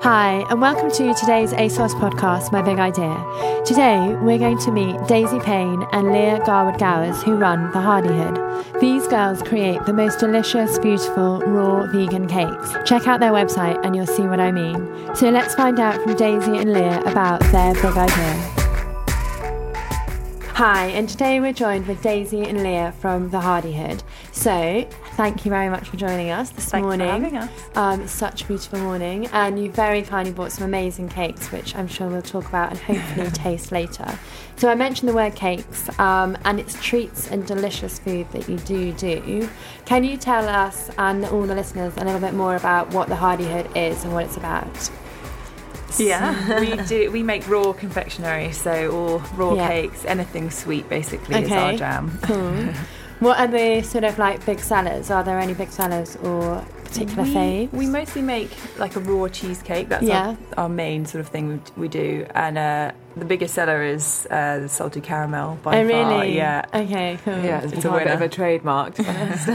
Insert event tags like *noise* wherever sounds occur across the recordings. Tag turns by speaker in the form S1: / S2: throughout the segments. S1: Hi, and welcome to today's ASOS podcast, My Big Idea. Today, we're going to meet Daisy Payne and Leah Garwood Gowers, who run The Hardyhood. These girls create the most delicious, beautiful, raw vegan cakes. Check out their website and you'll see what I mean. So let's find out from Daisy and Leah about their big idea. Hi, and today we're joined with Daisy and Leah from The Hardyhood. So, thank you very much for joining us this
S2: Thanks for
S1: morning.
S2: having us.
S1: Um, it's such a beautiful morning, and you very kindly bought some amazing cakes, which I'm sure we'll talk about and
S2: *laughs*
S1: hopefully taste later. So, I mentioned the word cakes, um, and it's treats and delicious food that you do do. Can you tell us and all the listeners a little bit more about what the Hardyhood is and what it's about?
S2: Yeah, we do. We make raw confectionery, so all raw
S1: Yeah.
S2: cakes, anything sweet basically is
S1: Okay.
S2: our jam.
S1: Cool. what are the sort of like big sellers? Are there any big sellers or particular
S2: We,
S1: faves?
S2: we mostly make like a raw cheesecake. That's
S1: Yeah.
S2: our, our main sort of thing we, we do, and uh, the biggest seller is uh, the salted caramel by
S1: oh, really?
S2: far. Yeah,
S1: Okay, cool.
S3: Yeah, it's, a bit of a trademark. to be honest.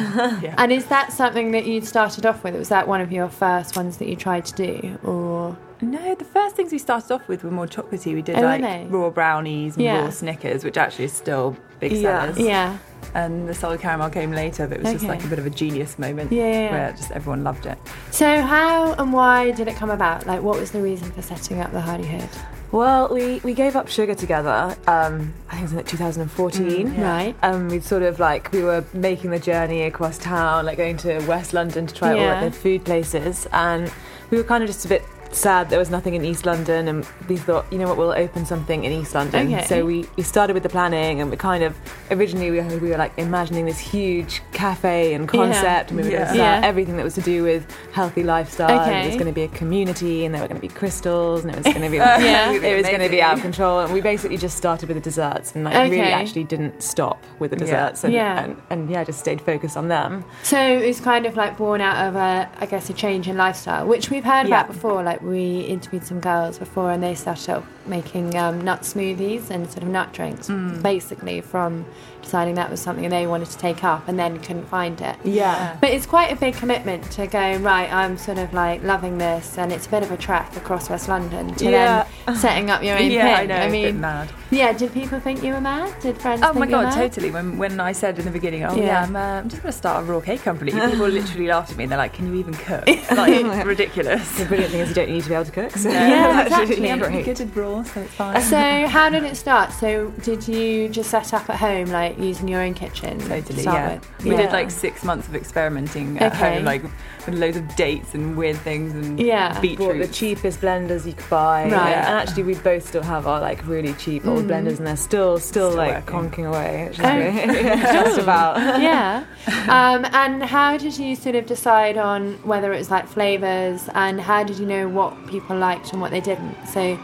S1: And is that something that you'd started off with? Was that one of your first ones that you tried to do? Or
S2: No, the first things we started off with were more chocolatey. We did
S1: Oh, were
S2: like
S1: they?
S2: raw brownies and
S1: Yeah.
S2: raw Snickers, which actually is still big
S3: Yeah.
S2: sellers.
S1: yeah,
S2: And the salted caramel came later, but it was just
S1: Okay.
S2: like a bit of a genius moment
S1: Yeah, yeah, yeah.
S2: where just everyone loved it.
S1: so how and why did it come about? Like, what was the reason for setting up the Hardyhood?
S3: well, we, we gave up sugar together. Um, I think it was in like 2014.
S1: Right.
S3: And we'd sort of like, we were making the journey across town, like going to West London to try all
S1: Yeah.
S3: like, the food places. And we were kind of just a bit sad there was nothing in East London. And we thought, you know what, we'll open something in East London.
S1: Okay.
S3: So we, we started with the planning and we kind of, originally we, we were like imagining this huge cafe and concept. And we were going
S2: Yeah.
S3: to sell
S1: Yeah.
S3: everything that was to do with healthy lifestyle. and It was
S1: Okay.
S3: going to be a community and there were going to be crystals and it was going
S1: *laughs*
S3: to be like,
S1: Yeah.
S3: it was going to be
S2: Amazing.
S3: out of control and we basically just started with the desserts and like really
S1: Okay.
S3: actually didn't stop with the desserts And,
S1: Yeah.
S3: And, and yeah just stayed focused on them
S1: So it's kind of like born out of a, I guess, a change in lifestyle, which we've heard
S3: Yeah.
S1: about before. Like we interviewed some girls before, and they started up making um, nut smoothies and sort of nut drinks,
S2: Hmm.
S1: basically from deciding that was something they wanted to take up, and then couldn't find it.
S3: yeah
S1: But it's quite a big commitment to go, right, I'm sort of like loving this, and it's a bit of a trek across West London to
S3: Yeah.
S1: then setting up
S2: *laughs*
S1: your own
S2: Yeah, I
S1: thing.
S2: know,
S1: I
S2: it's a bit
S1: mean,
S2: mad.
S3: oh
S1: yeah, did people think you were mad? Did friends
S2: Oh
S1: think
S2: my
S1: you were mad?
S2: god, totally. When when I said in the beginning, oh yeah,
S1: Yeah.
S2: I'm, uh, I'm just going to start a raw cake *laughs* company, people literally laughed at me and they're like, can you even *laughs* cook? Like ridiculous.
S3: the
S2: *laughs*
S3: brilliant thing is you don't need to be able to cook so
S1: Yeah,
S3: *laughs* that's really
S1: exactly.
S2: I'm pretty
S3: great.
S2: good at raw, so it's fine. *laughs*
S1: So how did it start? So did you just set up at home, like using your own kitchen? to
S2: Totally,
S1: start
S2: yeah.
S1: with?
S2: We
S1: Yeah.
S2: did like six months of experimenting at
S1: Okay.
S2: home, like with loads of dates and weird things and
S1: Yeah.
S3: bought
S2: *laughs*
S3: the
S2: beetroot.
S3: cheapest blenders you could buy
S1: Right.
S3: and actually we both still have our like really cheap old blenders and they're still Mm. still, Oh,
S2: Still
S3: like
S2: working.
S3: conking away which is great. *laughs* just about
S1: *laughs*
S2: *laughs*
S1: yeah. Um, and how did you sort of decide on whether it was like flavours and how did you know what people liked and what they didn't? So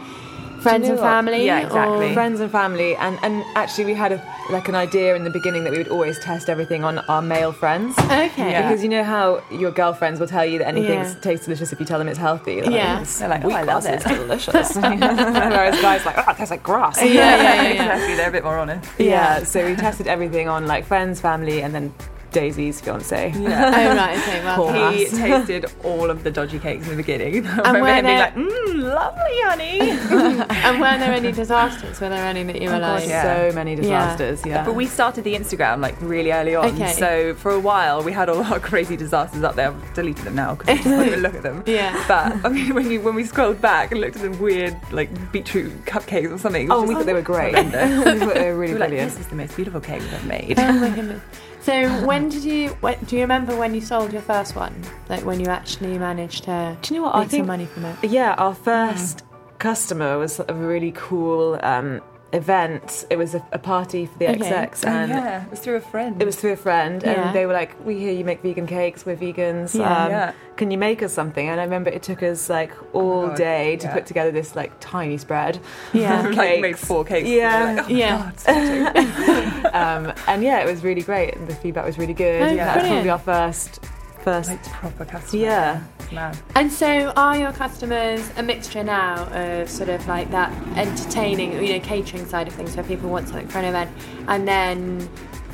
S1: friends
S3: know
S1: and
S3: what?
S1: family?
S2: Yeah,
S1: or-
S2: exactly.
S3: *laughs* friends and family and, and actually we had a, like an idea in the beginning that we would always test everything on our male friends
S1: Okay.
S2: Yeah.
S3: Because you know how your girlfriends will tell you that anything
S1: Yeah.
S3: tastes delicious if you tell them it's healthy. They're
S1: Yeah.
S3: "This
S2: They're like, oh,
S3: wheat
S2: I love
S3: grass
S2: it.
S3: is
S2: *laughs*
S3: delicious. *laughs* Whereas guys are like, oh, it tastes like grass. Yeah.
S1: yeah, yeah,
S3: *laughs*
S1: yeah.
S2: Exactly, they're a bit more *laughs* honest.
S3: So we tested everything on like friends, family, and then Daisy's fiance.
S1: Oh right, okay, well.
S3: Cool.
S1: done.
S2: He tasted all of the dodgy cakes in the beginning. *laughs* I remember
S1: were
S2: him being
S1: there-
S2: like, mmm, lovely, honey.
S1: And were there any disasters? Were there any that you were like
S2: Oh, yeah.
S3: So many disasters. Yeah. *laughs*
S2: But we started the Instagram like really early on.
S1: Okay.
S2: So for a while, we had all our *laughs* crazy disasters up there. I've deleted them now because I just won't even look at them.
S1: Yeah.
S3: *laughs*
S2: But I mean, *laughs* when you when we scrolled back and looked at the weird like beetroot cupcakes or something, it was
S3: Oh,
S2: just
S3: we thought they were
S2: *laughs*
S3: great. *laughs* we
S2: horrendous.
S3: thought they were
S2: we
S3: really
S2: were like, this
S3: brilliant.
S2: is the most beautiful cake we've ever made.
S1: Oh my goodness. So when did you what, do you remember when you sold your first one? Like when you actually managed to
S3: Do you know what? I
S1: make some
S3: think-
S1: money from it?
S3: Yeah, our first customer was a really cool um, event. It was a, a party for the
S1: Okay.
S3: XX,
S2: Oh,
S3: and
S2: yeah, it was through a friend.
S3: *laughs* it was through a friend,
S1: Yeah.
S3: and they were like, "We hear you make vegan cakes. We're vegans.
S1: Yeah.
S3: um,
S2: Yeah. Oh
S3: Can you make us something?" And I remember it took us like all
S2: God,
S3: day to
S2: yeah.
S3: put together this like tiny spread.
S1: Yeah.
S2: *laughs*
S3: of
S2: like made
S3: cakes.
S2: four cakes.
S3: Yeah.
S2: We were like, oh,
S1: Yeah.
S2: God, such a-
S3: um, and yeah, it was really great. and The feedback was really good.
S1: Oh,
S3: yeah, that's
S1: brilliant.
S3: probably our first, first.
S2: like proper customer.
S3: Yeah,
S2: It's mad.
S1: And so, are your customers a mixture now of sort of like that entertaining, you know, catering side of things where people want something for an event, and then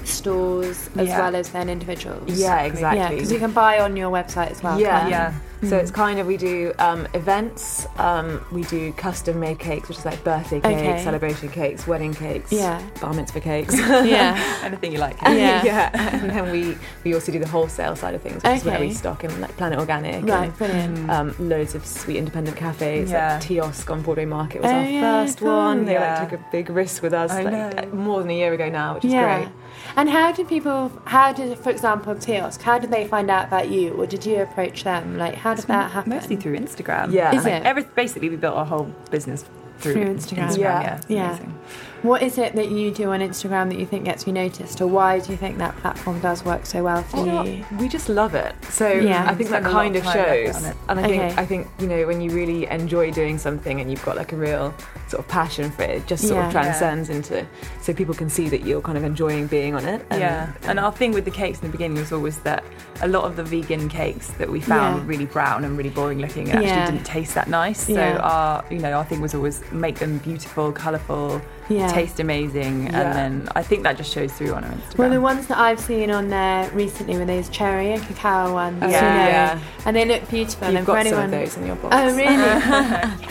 S1: stores as
S2: Yeah.
S1: well as then individuals?
S3: yeah,
S1: Yeah,
S3: exactly.
S1: because you Hmm. can buy on your website as well.
S3: Yeah.
S1: can't you?
S2: Yeah.
S3: So it's kind of we do um, events, um, we do custom made cakes, which is like birthday cakes,
S1: Okay.
S3: celebration cakes, wedding cakes,
S1: Yeah.
S3: bar mitzvah cakes.
S1: yeah.
S2: Anything you like.
S1: *laughs*
S2: *laughs*
S1: Yeah.
S3: *laughs* and then we we also do the wholesale side of things, which is where
S1: Okay.
S3: we stock in like Planet Organic,
S1: Right, brilliant.
S3: and, um, loads of sweet independent cafes.
S2: Mm. Yeah.
S3: Like Tiosk on Broadway Market was
S1: Oh,
S3: our
S1: yeah,
S3: first
S1: cool.
S3: one. They
S2: Yeah.
S3: like took a big risk with us
S2: I
S3: like,
S2: know.
S3: more than a year ago now, which is
S1: yeah.
S3: great.
S1: And how did people, how did, for example, Teosk, how did they find out about you, or did you approach them? Like, how did that happen?
S2: Mostly through Instagram.
S3: Yeah.
S1: Is
S2: Like,
S1: it?
S2: every- basically, we built our whole business through,
S1: Through Instagram.
S3: Yeah.
S2: Yeah. yeah. It's
S1: Yeah.
S2: amazing.
S1: What is it that you do on Instagram that you think gets you noticed, or why do you think that platform does work so well for
S3: Do you know
S1: you?
S3: what? we just love it. So
S1: Yeah.
S3: I think that
S2: Spend a lot
S3: kind
S2: of
S3: of
S2: time and effort
S3: shows.
S2: on it.
S3: And I
S1: Okay.
S3: think I think you know when you really enjoy doing something and you've got like a real sort of passion for it, it just sort
S1: Yeah.
S3: of transcends into so people can see that you're kind of enjoying being on it.
S1: Um,
S3: And
S2: yeah, and our thing with the cakes in the beginning was always that a lot of the vegan cakes that we found
S1: Yeah.
S2: were really brown and really boring looking and
S1: Yeah.
S2: actually didn't taste that nice. So
S1: Yeah.
S2: our, you know, our thing was always make them beautiful, colourful,
S1: Yeah.
S2: taste amazing,
S3: Yeah.
S2: and then I think that just shows through on our Instagram.
S1: Well, the ones that I've seen on there recently were those cherry and cacao ones, you
S3: Yeah.
S1: know,
S3: Yeah.
S1: and they look beautiful.
S3: You've
S1: and
S3: got
S1: for
S3: some
S1: anyone,
S3: of those in your box.
S2: Um,
S1: Oh, really? *laughs*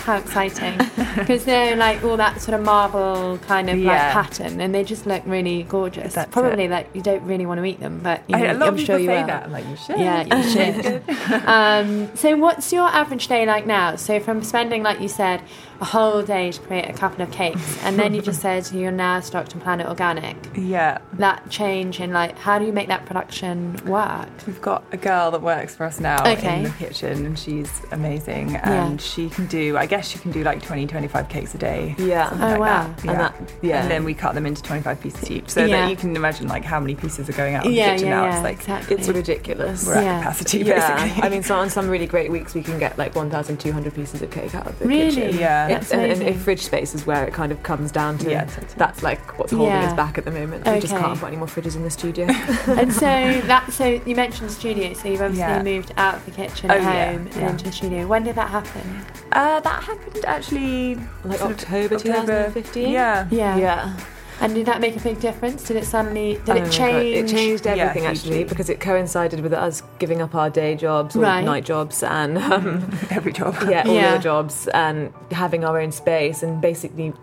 S1: How exciting!
S2: *laughs*
S1: Because they're like all that sort of marble kind of
S2: Yeah.
S1: like pattern, and they just look really gorgeous.
S2: That's
S1: Probably like you don't really want to eat them, but you
S2: I,
S1: know,
S2: a lot
S1: I'm
S2: of people
S1: sure you
S2: say
S1: will.
S2: that. I'm like, you should.
S1: Yeah,
S2: *laughs*
S1: you should. um, so, what's your average day like now? So, from spending, like you said, a whole day to create a couple of cakes, and then you just said *laughs* you're now stocked on Planet Organic.
S2: Yeah.
S1: That change in like, how do you make that production
S2: *laughs*
S1: work?
S2: We've got a girl that works for us now
S1: Okay.
S2: in the kitchen, and she's amazing.
S1: Yeah.
S2: And she can do, I guess, she can do like 20, 25 cakes a day.
S3: Yeah.
S2: something
S1: Oh,
S2: like
S1: wow.
S2: That.
S3: And
S2: Yeah.
S3: that- yeah.
S2: And then we cut them into 25 pieces each. So
S1: Yeah.
S2: that you can imagine like how many pieces are going out of
S1: Yeah,
S2: the kitchen
S1: yeah,
S2: now.
S1: yeah,
S2: it's like,
S1: exactly.
S3: It's ridiculous.
S2: we're at
S1: Yeah.
S2: *laughs* capacity
S3: Yeah,
S2: basically.
S3: I mean, so on some really great weeks, we can get like 1,200 pieces of cake out of the
S1: Really?
S3: kitchen.
S2: Yeah.
S3: It's-
S1: That's
S3: and, and
S1: amazing.
S3: if fridge space is where it kind of comes down to.
S2: Yeah, totally.
S3: That's like what's holding
S1: Yeah.
S3: us back at the moment. We just
S1: Okay.
S3: can't put any more fridges in
S2: *laughs*
S3: the studio.
S1: and so that, so you mentioned studio. So you've obviously
S2: Yeah.
S1: moved out of the kitchen
S2: Oh,
S1: at
S2: yeah,
S1: home
S2: yeah.
S1: and into the studio. When did that happen?
S2: uh, that happened actually
S3: like
S2: sort of
S3: October 2015.
S2: Yeah.
S1: Yeah.
S3: Yeah.
S1: And did that make a big difference? Did it suddenly? Did
S3: Oh my
S1: it
S3: God,
S1: change?
S3: It changed
S2: Yeah,
S3: everything actually
S2: hugely.
S3: because it coincided with us giving up our day jobs or
S1: Right.
S3: night jobs
S2: *laughs*
S3: and um,
S2: *laughs* Every job.
S3: yeah, all
S1: Yeah.
S3: our jobs and having our own space and basically.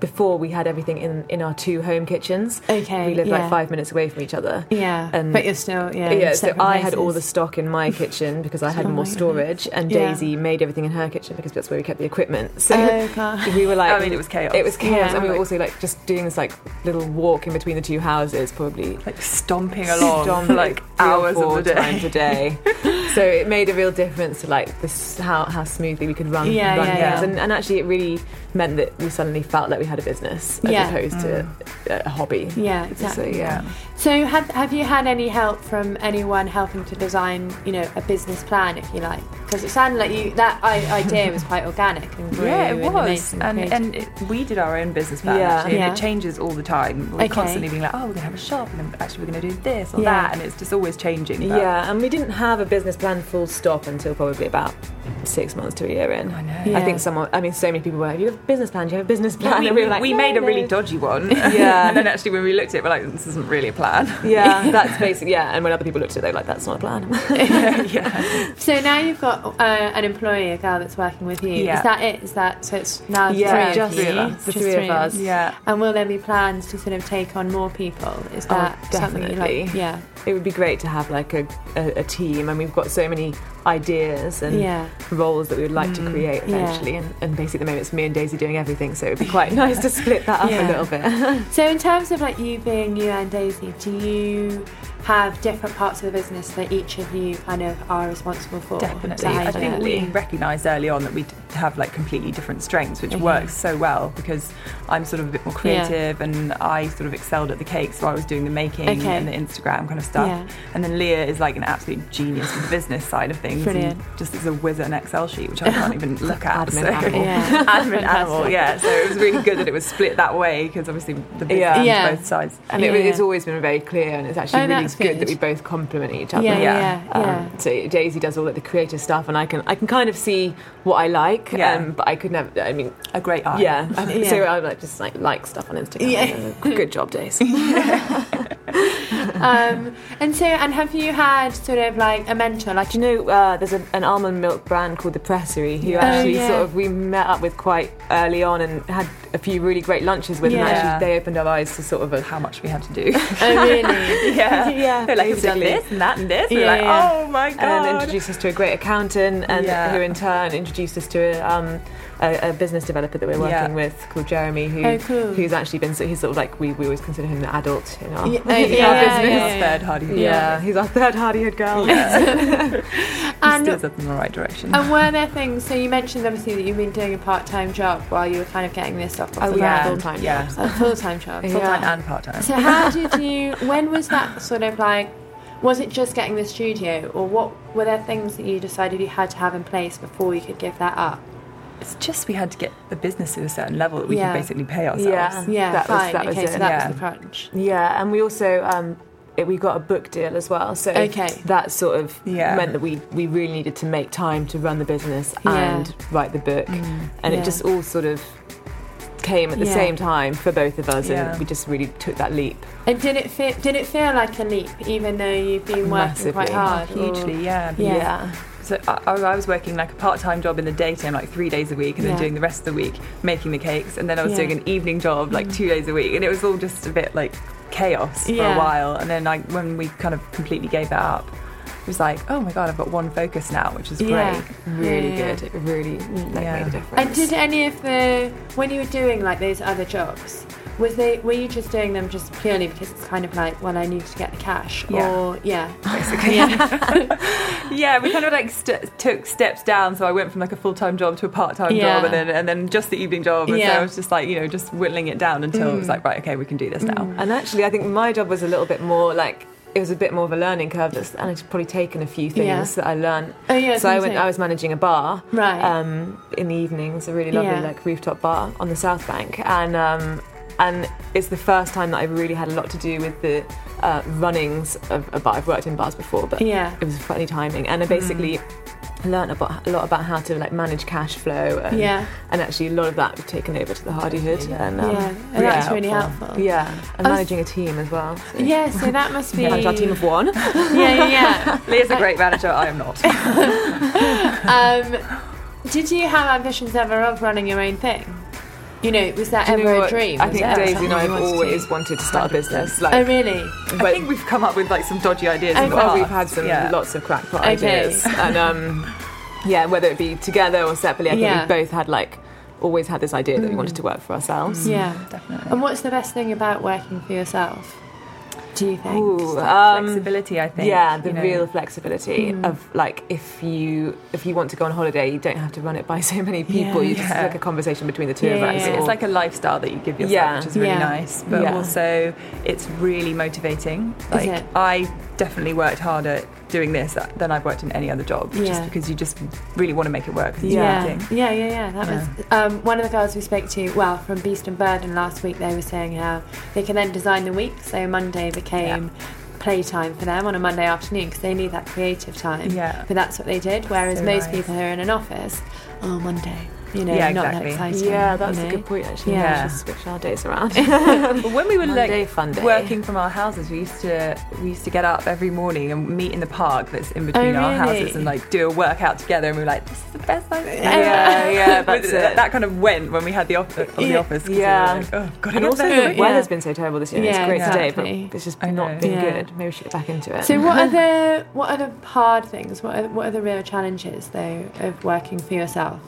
S3: Before we had everything in, in our two home kitchens.
S1: Okay,
S3: We lived
S1: yeah.
S3: like five minutes away from each other.
S1: Yeah.
S3: And-
S1: but you're still yeah.
S3: Yeah,
S1: in
S3: so
S1: separate
S3: I had all the
S1: places.
S3: stock in my kitchen because I had
S1: Oh
S3: more
S1: my
S3: storage, and
S1: Yeah.
S3: Daisy made everything in her kitchen because that's where we kept the equipment. So *laughs*
S1: Oh, God.
S3: we were like,
S2: I mean, it was chaos.
S3: It was chaos,
S1: Yeah.
S3: and we were also like just doing this like little walk in between the two houses, probably
S2: Like stomping along
S3: Done,
S2: for like
S3: three or
S2: hours
S3: four
S2: of the day.
S3: times a day. so it made a real difference to like this how, how smoothly we could run
S1: Yeah,
S3: run
S1: yeah,
S3: things,
S1: yeah.
S3: and, and actually it really meant that we suddenly felt like we had a business as
S1: Yeah.
S3: opposed to a, a hobby.
S1: Yeah,
S3: So
S1: exactly.
S3: yeah.
S1: So have, have you had any help from anyone helping to design, you know, a business plan, if you like? Because it sounded like you that I, idea was quite organic and grew
S2: Yeah, it
S1: and
S2: was,
S1: amazing
S2: and,
S1: creative.
S2: and it, we did our own business plan
S3: Yeah.
S2: actually, and
S1: Yeah.
S2: it changes all the time. We're
S1: Okay.
S2: constantly being like, oh, we're gonna have a shop, and then actually we're gonna do this or
S1: Yeah.
S2: that, and it's just always changing. but- *laughs*
S1: Um,
S3: Yeah, and we didn't have a business plan full stop until probably about six months to a year in. I
S2: know.
S3: I
S1: Yeah.
S3: think someone, I mean, so many people were like, "You have a business plan? Do you have a business plan?"
S2: we,
S3: and we
S2: we,
S3: were like,
S2: we
S3: "No,
S2: made a really
S3: no."
S2: dodgy one. *laughs*
S3: Yeah.
S2: and then actually, when we looked at it, we're like, this isn't really a *laughs* plan.
S3: Yeah, *laughs* that's basically yeah. And when other people looked at it, they were like, "That's not a plan." *laughs*
S1: so now you've got uh, an employee, a girl that's working with you.
S2: Yeah.
S1: Is that it? Is that so? It's now
S3: yeah,
S1: three
S3: just
S1: of you.
S3: three of us. The three of us.
S2: *laughs* Yeah.
S1: And will there be plans to sort of take on more people? Is
S3: Oh,
S1: that something you like?
S3: definitely.
S1: Yeah.
S3: it would be great to have like a, a, a team, and we've got so many ideas and
S1: Yeah. Mm,
S3: roles that we would like to create
S1: yeah.
S3: eventually. And, and basically, at the moment, it's me and Daisy doing everything, so it would be quite *laughs* nice to split that up *laughs*
S1: Yeah.
S3: a little bit.
S1: So in terms of like you being you and Daisy, do you have different parts of the business that each of you kind of are responsible for?
S2: Definitely. I think we recognised early on that we have like completely different strengths, which works so well because I'm sort of a bit more
S1: Yeah.
S2: creative and I sort of excelled at the cake, so I was doing the making
S1: Okay.
S2: and the Instagram kind of stuff.
S1: Yeah.
S2: And then Leah is like an absolute genius with the business side of things
S1: Brilliant.
S2: and just is a wizard in Excel sheet, which I can't *laughs* even look at.
S3: Admin
S2: so. *laughs*
S3: animal.
S1: Yeah.
S2: Admin animal,
S1: Fantastic.
S2: yeah. So it was really good that it was split that way because obviously the business
S3: Yeah.
S2: and
S1: Yeah.
S2: both sides.
S3: And
S1: Yeah,
S3: it, it's
S1: yeah.
S3: always been very clear, and it's
S1: Oh,
S3: actually really
S1: that's
S3: good,
S1: good.
S3: that we both complement each other.
S1: Yeah,
S2: Yeah.
S1: yeah, yeah.
S3: Um, So Daisy does all of the creative stuff, and I can I can kind of see what I like.
S2: Yeah.
S3: Um, but I could never. I mean,
S2: A great
S1: *laughs*
S2: eye.
S3: yeah. Um, So
S1: Yeah.
S3: I like just like like stuff on Instagram.
S1: Yeah.
S3: and, uh, Good job, Daisy.
S1: *laughs*
S2: *laughs*
S1: Um, and so, and have you had sort of like a mentor? Like,
S3: Do you know uh, there's a, an almond milk brand called the Pressery who actually
S1: yeah.
S3: sort of we met up with quite early on and had a few really great lunches with,
S1: Yeah.
S3: and actually they opened our eyes to sort of a
S2: How much we had to *laughs* do.
S1: *laughs* oh really?
S2: *laughs* yeah.
S3: *laughs* Yeah,
S2: They're like, have you done
S3: basically.
S2: this and that and this? And
S1: Yeah,
S2: we're like,
S1: yeah.
S2: oh my
S3: and
S2: God.
S3: then introduced us to a great accountant, and
S2: Yeah.
S3: who in turn introduced us to a, um, a, a business developer that we're working
S2: Yeah.
S3: with called Jeremy, who
S1: Oh, cool.
S3: who's actually been so he's sort of like we, we always consider him an adult in our
S1: Yeah,
S3: *laughs* in our
S1: yeah, yeah, yeah,
S3: business.
S1: yeah.
S2: third hardy.
S3: Yeah. he's our third hardyhood girl.
S1: And Oh,
S2: Steers us in the right direction.
S1: And were there things? So you mentioned obviously that you've been doing a part-time job while you were kind of getting this off. off the
S3: yeah.
S1: ground.
S3: full-time
S2: Oh, yeah.
S1: A full-time job.
S2: Full-time
S3: Yeah.
S2: and part-time.
S1: So how did you? When was that sort of like? Was it just getting the studio, or what were there things that you decided you had to have in place before you could give that up?
S2: It's just we had to get the business to a certain level that we
S1: Yeah.
S2: could basically pay ourselves.
S3: Yeah.
S1: Yeah,
S3: That was-
S1: fine.
S3: that was
S1: okay,
S3: it,
S1: so that
S2: yeah.
S1: was the crunch.
S3: *laughs* Yeah, and we also um, it, we got a book deal as well. So
S1: Okay.
S3: that sort of
S2: Yeah.
S3: meant that we we really needed to make time to run the business
S1: Yeah. Mm.
S3: and write the book, and
S1: Yeah.
S3: it just all sort of came at the
S1: Yeah.
S3: same time for both of us,
S2: Yeah.
S3: and we just really took that leap.
S1: And did it feel? Did it feel like a leap, even though you've been working quite
S3: Massively.
S1: hard? or-
S2: Hugely, yeah. because-
S1: Yeah.
S2: So I, I I was working like a part-time job in the daytime, like three days a week, and
S1: Yeah.
S2: then doing the rest of the week making the cakes, and then I was
S1: Yeah. Mm.
S2: doing an evening job like two days a week, and it was all just a bit like chaos for
S1: Yeah.
S2: a while. And then like when we kind of completely gave it up, it was like, oh my god, I've got one focus now, which is
S1: Yeah.
S2: great.
S3: Really
S1: Yeah, yeah.
S3: good. It really mm, like,
S2: Yeah.
S3: made a difference.
S1: And did any of the when you were doing like those other jobs, was they were you just doing them just purely because it's kind of like well I need to get the cash
S2: Yeah.
S1: or *laughs* yeah
S2: basically. yeah, we kind of like st- took steps down. So I went from like a full time job to a part time
S1: Yeah.
S2: job, and then and then just the evening job. And
S1: Yeah.
S2: so I was just like, you know, just whittling it down until it was like, right, okay, we can do this now.
S3: And actually, I think my job was a little bit more like it was a bit more of a learning curve, that's, and I'd probably taken a few things
S1: Yeah.
S3: that I learned.
S1: Oh, yeah,
S3: so I
S1: that's
S3: went.
S1: it.
S3: I was managing a bar,
S1: Right.
S3: Um, in the evenings, a really lovely
S1: Yeah.
S3: like rooftop bar on the South Bank, and um, and it's the first time that I really had a lot to do with the uh, runnings of a bar. I've worked in bars before, but
S1: Yeah.
S3: *laughs*
S1: Mm.
S3: it was funny timing, and I basically. Learned about, a lot about how to like manage cash flow, and,
S1: Yeah.
S3: and actually a lot of that was taken over to the hardyhood, and um,
S1: yeah and that's really helpful
S3: yeah, and
S1: I was-
S3: managing a team as well. So.
S1: yeah so that must be
S3: Manage our team of one.
S1: yeah yeah
S3: *laughs*
S1: yeah.
S2: Leah's a great manager. *laughs* I am not.
S1: Um, did you have ambitions ever of running your own thing? You know, was that
S3: You know
S1: ever a
S3: what?
S1: dream?
S3: I
S1: Was
S3: think
S1: that ever
S3: Daisy and I
S1: something
S3: have
S1: you wanted to
S3: always
S1: do?
S3: wanted to start a business. Like,
S1: Oh really?
S3: but-
S2: I think we've come up with like some dodgy ideas.
S1: Okay.
S2: in the
S3: well,
S2: past.
S3: we've had some
S2: Yeah.
S3: lots of crackpot
S1: Okay.
S3: ideas, and um, yeah, whether it be together or separately, I think
S1: Yeah. Mm.
S3: we both had like always had this idea that we wanted to work for ourselves.
S1: Yeah.
S2: Definitely.
S1: And what's the best thing about working for yourself? Do you think?
S3: Ooh, um,
S2: Flexibility, I think.
S3: yeah, the
S2: you know.
S3: real flexibility
S1: Mm.
S3: of like if you if you want to go on holiday, you don't have to run it by *laughs* so many people.
S1: Yeah.
S3: you just it's like a conversation between the two of
S1: Yeah,
S3: us.
S1: yeah, yeah.
S3: or-
S2: It's like a lifestyle that you give yourself,
S3: Yeah.
S2: which is really
S1: Yeah.
S2: nice. But
S3: Yeah.
S2: also, it's really motivating. Like
S1: it?
S2: I definitely worked harder doing this than I've worked in any other job,
S1: Yeah.
S2: just because you just really want to make it work. It's
S3: Yeah.
S2: exciting.
S1: Yeah, yeah, yeah. That was um, one of the girls we spoke to. Well, from Beast and Burden last week, they were saying how they can then design the week. So Monday became playtime for them on a Monday afternoon because they need that creative time.
S2: Yeah.
S1: but that's what they did. Whereas
S2: So
S1: most
S2: nice.
S1: people who are in an office, oh Monday, you know,
S2: Yeah,
S1: not
S2: exactly.
S1: that exciting.
S3: yeah, that's
S1: you know?
S3: a good point. Actually,
S1: Yeah.
S3: yeah, we should switch our days *laughs* around.
S2: But when we were
S3: Monday
S2: like
S3: fun day.
S2: working from our houses, we used to we used to get up every morning and meet in the park that's in between our
S1: really?
S2: houses and like do a workout together. And we were like, this is the best idea. *laughs*
S3: Yeah, *laughs* yeah, that's
S2: that,
S3: it.
S2: uh, that kind of went when we had the, off- of the
S1: Yeah.
S2: office. 'cause we were
S3: Yeah.
S2: like, oh god, it
S3: And
S2: all
S3: also,
S2: so
S3: the
S2: quick."
S3: weather's been so terrible this year.
S1: Yeah,
S3: it's great
S1: exactly.
S3: today, but it's just
S2: I know.
S3: not been
S1: Yeah.
S3: good. Maybe we should get back into it.
S1: So what are the what are the hard things? What are, what are the real challenges though of working for yourself?
S3: Mm.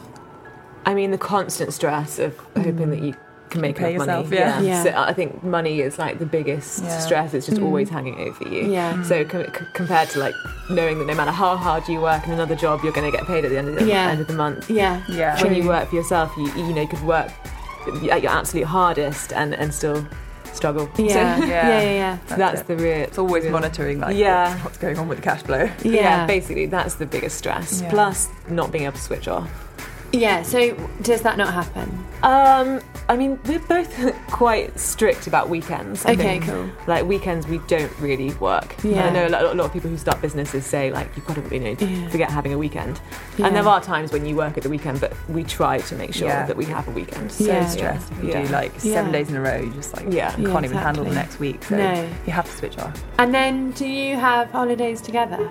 S3: I mean, the constant stress of hoping that you can make
S2: pay
S3: enough
S2: yourself,
S3: money.
S2: yeah.
S1: Yeah.
S3: So I think money is like the biggest
S2: Yeah.
S3: stress. It's just always hanging over you.
S1: Yeah. Mm.
S3: So com- c- compared to like knowing that no matter how hard you work in another job, you're going to get paid at the end of the,
S1: Yeah.
S3: end of the month.
S1: Yeah.
S2: Yeah.
S3: When
S1: True.
S3: you work for yourself, you you know you could work at your absolute hardest and and still struggle. *laughs* So
S1: Yeah.
S2: So-
S1: yeah. Yeah. Yeah.
S3: that's,
S2: it.
S3: the real.
S2: It's always monitoring, like,
S3: Yeah.
S2: what's, what's going on with the cash flow.
S1: Yeah.
S3: Yeah. basically that's the biggest stress.
S2: Yeah.
S3: Plus not being able to switch off.
S1: Yeah, So does that not happen?
S3: Um, I mean, we're both *laughs* quite strict about weekends. I
S1: Okay,
S3: think.
S1: cool.
S3: Like weekends, we don't really work. And
S1: Yeah.
S3: I know a lot, a lot of people who start businesses say like you've got to you know
S1: Yeah.
S3: forget having a weekend.
S1: Yeah.
S3: And there are times when you work at the weekend, but we try to make sure
S2: Yeah.
S3: that we have a weekend.
S1: Yeah.
S2: So
S1: Yeah.
S2: stressed. If you
S3: Yeah.
S2: do like
S1: Yeah.
S2: seven days in a row, you just like
S3: Yeah.
S2: can't
S1: Yeah,
S2: even handle
S1: exactly.
S2: the next week. So
S1: No.
S2: you have to switch off.
S1: And then do you have holidays together?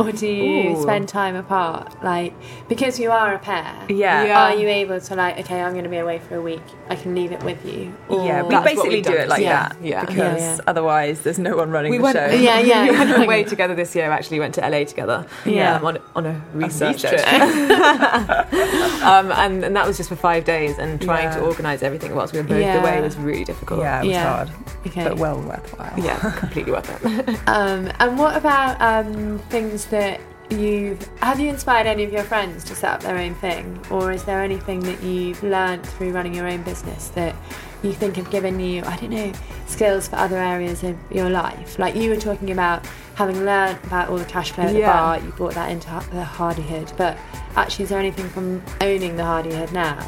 S1: Or do you
S3: Ooh.
S1: spend time apart? Like, because you are a pair,
S2: Yeah. Um,
S3: Yeah.
S1: are you able to, like, okay, I'm going to be away for a week, I can leave it with you? Or-
S2: Yeah, we
S3: That's what
S2: basically
S3: we've
S2: do
S3: done.
S2: it like
S3: Yeah.
S2: that.
S3: Yeah.
S2: Because
S1: Yeah, yeah.
S2: otherwise there's no one running
S3: We
S2: the
S3: went,
S2: show.
S1: Yeah, yeah.
S3: *laughs* we went away together this year. Actually, went to LA together.
S1: Yeah.
S3: um, on, on a research,
S2: research
S3: trip. *laughs* um, and, and that was just for five days. And trying to
S2: Yeah.
S3: organise everything whilst we were both
S1: Yeah.
S3: away was really difficult.
S2: Yeah, it was
S1: Yeah.
S2: hard.
S1: Okay.
S2: But well worthwhile.
S3: yeah, completely worth it.
S1: Um, and what about um, things that you've have you inspired any of your friends to set up their own thing, or is there anything that you've learned through running your own business that you think have given you I don't know skills for other areas of your life? Like you were talking about having learned about all the cash flow at the
S3: Yeah.
S1: bar, you brought that into the hardihood, but actually, is there anything from owning the hardihood now?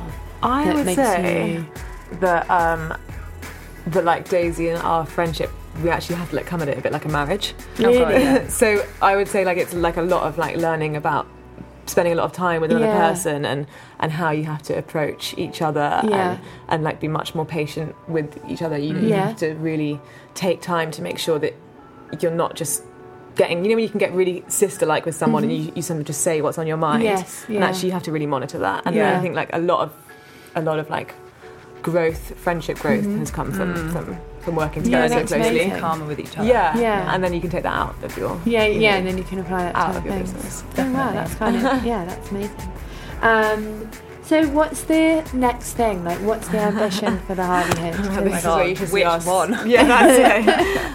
S3: I
S1: that
S3: would
S1: makes
S3: say
S1: you-
S3: that um, that like Daisy and our friendship, we actually have to like come at it a bit like a marriage.
S2: Oh, God,
S1: Really?
S2: yeah.
S3: *laughs* so I would say like it's like a lot of like learning about spending a lot of time with another
S1: Yeah.
S3: person and and how you have to approach each other
S1: Yeah.
S3: and, and like be much more patient with each other. You, you
S1: Yeah.
S3: have to really take time to make sure that you're not just getting you know when you can get really sister like with someone and you, you sometimes just say what's on your mind
S1: Mm-hmm. Yes,
S3: and
S1: yeah.
S3: actually you have to really monitor that and
S2: Yeah.
S3: I think like a lot of a lot of like growth friendship growth
S1: Mm-hmm.
S3: has come from,
S1: Mm.
S3: from from working
S1: Yeah,
S3: together so
S1: that's
S3: closely
S1: amazing.
S2: Calmer with each other.
S3: yeah
S1: Yeah.
S3: Uh, and then you can take that out of your
S1: *laughs* Yeah, yeah, and then you can apply that
S3: Out
S1: to
S3: of
S1: other
S3: your
S1: things.
S3: business,
S1: Oh, wow,
S2: definitely.
S1: that's kind
S2: *laughs*
S1: of yeah, that's amazing. Um, so, what's the next thing? Like, what's the ambition for the Harvey
S2: *laughs*
S1: Hood?
S3: this is
S2: Oh God,
S3: where you should see
S2: which
S3: us.
S2: one?
S3: *laughs*
S1: *laughs*
S3: yeah that's it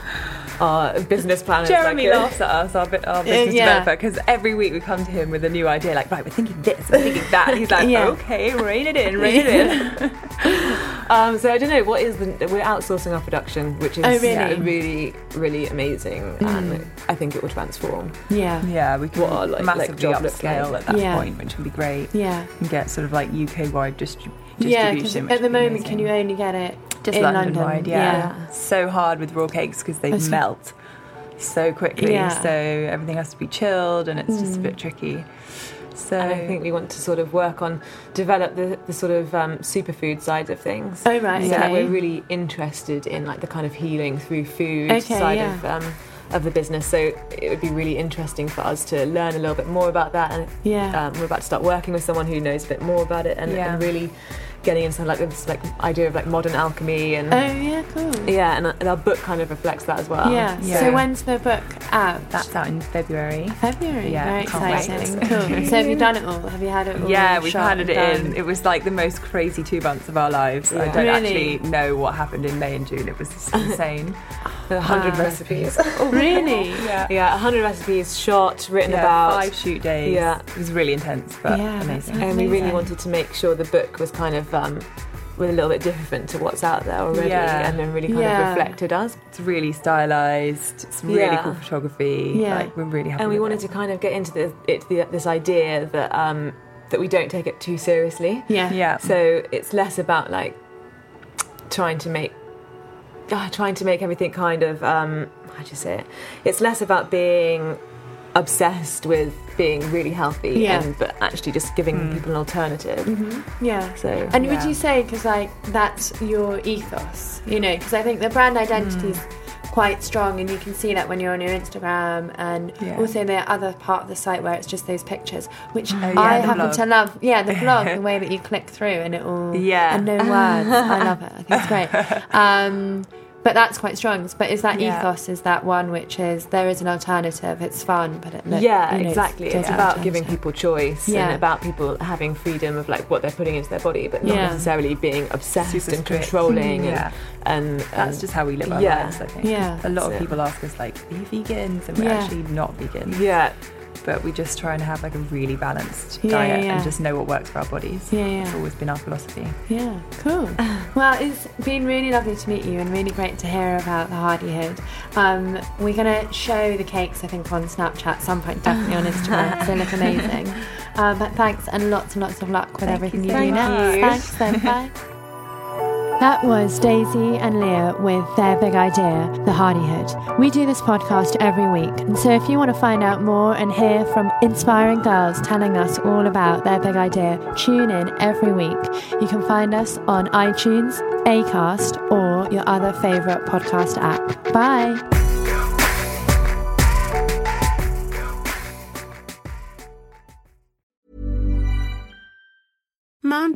S3: our business plan is
S2: Jeremy
S3: like a-
S2: laughs at us, our, bit, our business
S1: yeah.
S2: developer, because every week we come to him with a new idea, like, right, we're thinking this, we're thinking that. And he's like,
S1: Yeah.
S2: okay, rein it in, rein it in.
S3: Um, so I don't know what is the we're outsourcing our production, which is
S1: Oh, really? Mm.
S3: yeah, really, really amazing, and I think it will transform.
S1: yeah,
S2: Yeah, we can
S3: What our, like- like
S2: massively
S3: job looks
S2: upscale
S3: like.
S2: at that
S1: Yeah.
S2: point, which would be great.
S1: yeah,
S2: And get sort of like UK wide distri- distribution.
S1: yeah. Because
S2: which
S1: at the
S2: would be
S1: moment,
S2: amazing.
S1: can you only get it
S2: just
S1: in
S2: London,
S1: London?
S2: wide? Yeah. so hard with raw cakes because they
S1: That's-
S2: melt so quickly.
S1: Yeah.
S2: So everything has to be chilled, and it's just a bit tricky. So
S3: And
S1: Oh.
S3: I think we want to sort of work on develop the, the sort of um, superfood side of things.
S1: Oh, right,
S3: So that
S1: okay.
S3: we're really interested in like the kind of healing through food
S1: Okay,
S3: side
S1: yeah.
S3: of um, of the business. So it would be really interesting for us to learn a little bit more about that. And
S1: Yeah.
S3: um, we're about to start working with someone who knows a bit more about it and,
S2: Yeah.
S3: and really getting into like this like idea of like modern alchemy and.
S1: Oh yeah, cool.
S3: Yeah, and, and our book kind of reflects that as well.
S1: yeah.
S2: yeah.
S1: So when's the book out?
S2: that's out in February.
S1: February.
S2: Yeah,
S1: Very
S2: can't wait.
S1: exciting. Cool. So have
S2: *laughs*
S1: you done it all? Have you had it all?
S2: Yeah, we've
S1: shot
S2: handed it
S1: and
S2: in.
S1: done?
S2: It was like the most crazy two months of our lives. I
S3: Yeah.
S2: don't
S1: Really?
S2: actually know what happened in May and June. It
S3: *laughs*
S2: was just insane.
S3: A hundred
S1: Wow.
S3: recipes.
S1: Really?
S2: *laughs* yeah.
S3: yeah, a hundred recipes shot, written
S2: Yeah,
S3: about.
S2: five shoot days.
S3: Yeah.
S2: It was really intense, but
S1: Yeah,
S2: amazing.
S1: that's
S3: and we really
S1: amazing.
S3: wanted to make sure the book was kind of um, was a little bit different to what's out there already,
S2: Yeah.
S3: and then really kind
S1: Yeah.
S3: of reflected us.
S2: It's really stylized. It's really
S3: Yeah.
S2: cool photography.
S1: Yeah.
S2: Like we're really happy.
S3: And we
S2: with
S3: wanted
S2: it.
S3: to kind of get into the, it, the, this idea that um, that we don't take it too seriously.
S1: Yeah.
S2: Yeah.
S3: So it's less about like trying to make ah, trying to make everything kind of um, how do you say it? It's less about being obsessed with being really healthy
S1: Yeah.
S3: and but actually just giving people an alternative.
S1: Yeah.
S3: So
S1: And would
S2: Yeah.
S1: you say, because like that's your ethos, you know, because I think the brand
S3: Hmm.
S1: identity is quite strong, and you can see that when you're on your Instagram, and
S2: Yeah.
S1: also the other part of the site where it's just those pictures, which
S3: Oh,
S2: yeah,
S1: I
S2: the
S1: happen
S2: blog.
S1: to love. Yeah, the
S3: *laughs*
S1: blog, the way that you click through, and it all
S2: Yeah.
S3: *laughs*
S1: and no words. I love it. I think it's great. Um, But that's quite strong. But is that
S3: Yeah.
S1: ethos? Is that one which is there is an alternative? It's fun, but it looks
S3: yeah,
S1: you know,
S3: exactly.
S1: does
S3: It's
S1: an
S3: about giving
S1: alternative.
S3: people choice
S1: Yeah.
S3: and about people having freedom of like what they're putting into their body, but not
S1: Yeah.
S3: necessarily being obsessed
S2: Super
S3: and
S2: strict.
S3: controlling.
S2: Yeah.
S3: and, and
S2: That's just how we live our
S3: Yeah.
S2: lives, I think.
S1: Yeah,
S2: A lot
S3: that's
S2: of
S3: it.
S2: people ask us, like, are you vegans? And we're
S1: Yeah.
S2: actually not vegans.
S3: yeah,
S2: But we just try and have like a really balanced
S1: Yeah,
S2: diet
S1: yeah, yeah.
S2: and just know what works for our bodies.
S1: Yeah, yeah.
S2: It's always been our philosophy.
S1: Yeah, *laughs* cool. Well, it's been really lovely to meet you and really great to hear about the hardihood. Um, we're going to show the cakes, I think, on Snapchat at some point, definitely on Instagram. *laughs* they look amazing. Um, but thanks and lots and lots of luck with everything you,
S2: so
S1: do next. Thanks, *laughs* then. Bye. That was Daisy and Leah with their big idea, The Hardihood. We do this podcast every week, and so if you want to find out more and hear from inspiring girls telling us all about their big idea, tune in every week. You can find us on iTunes, Acast, or your other favourite podcast app. Bye.
S4: Mom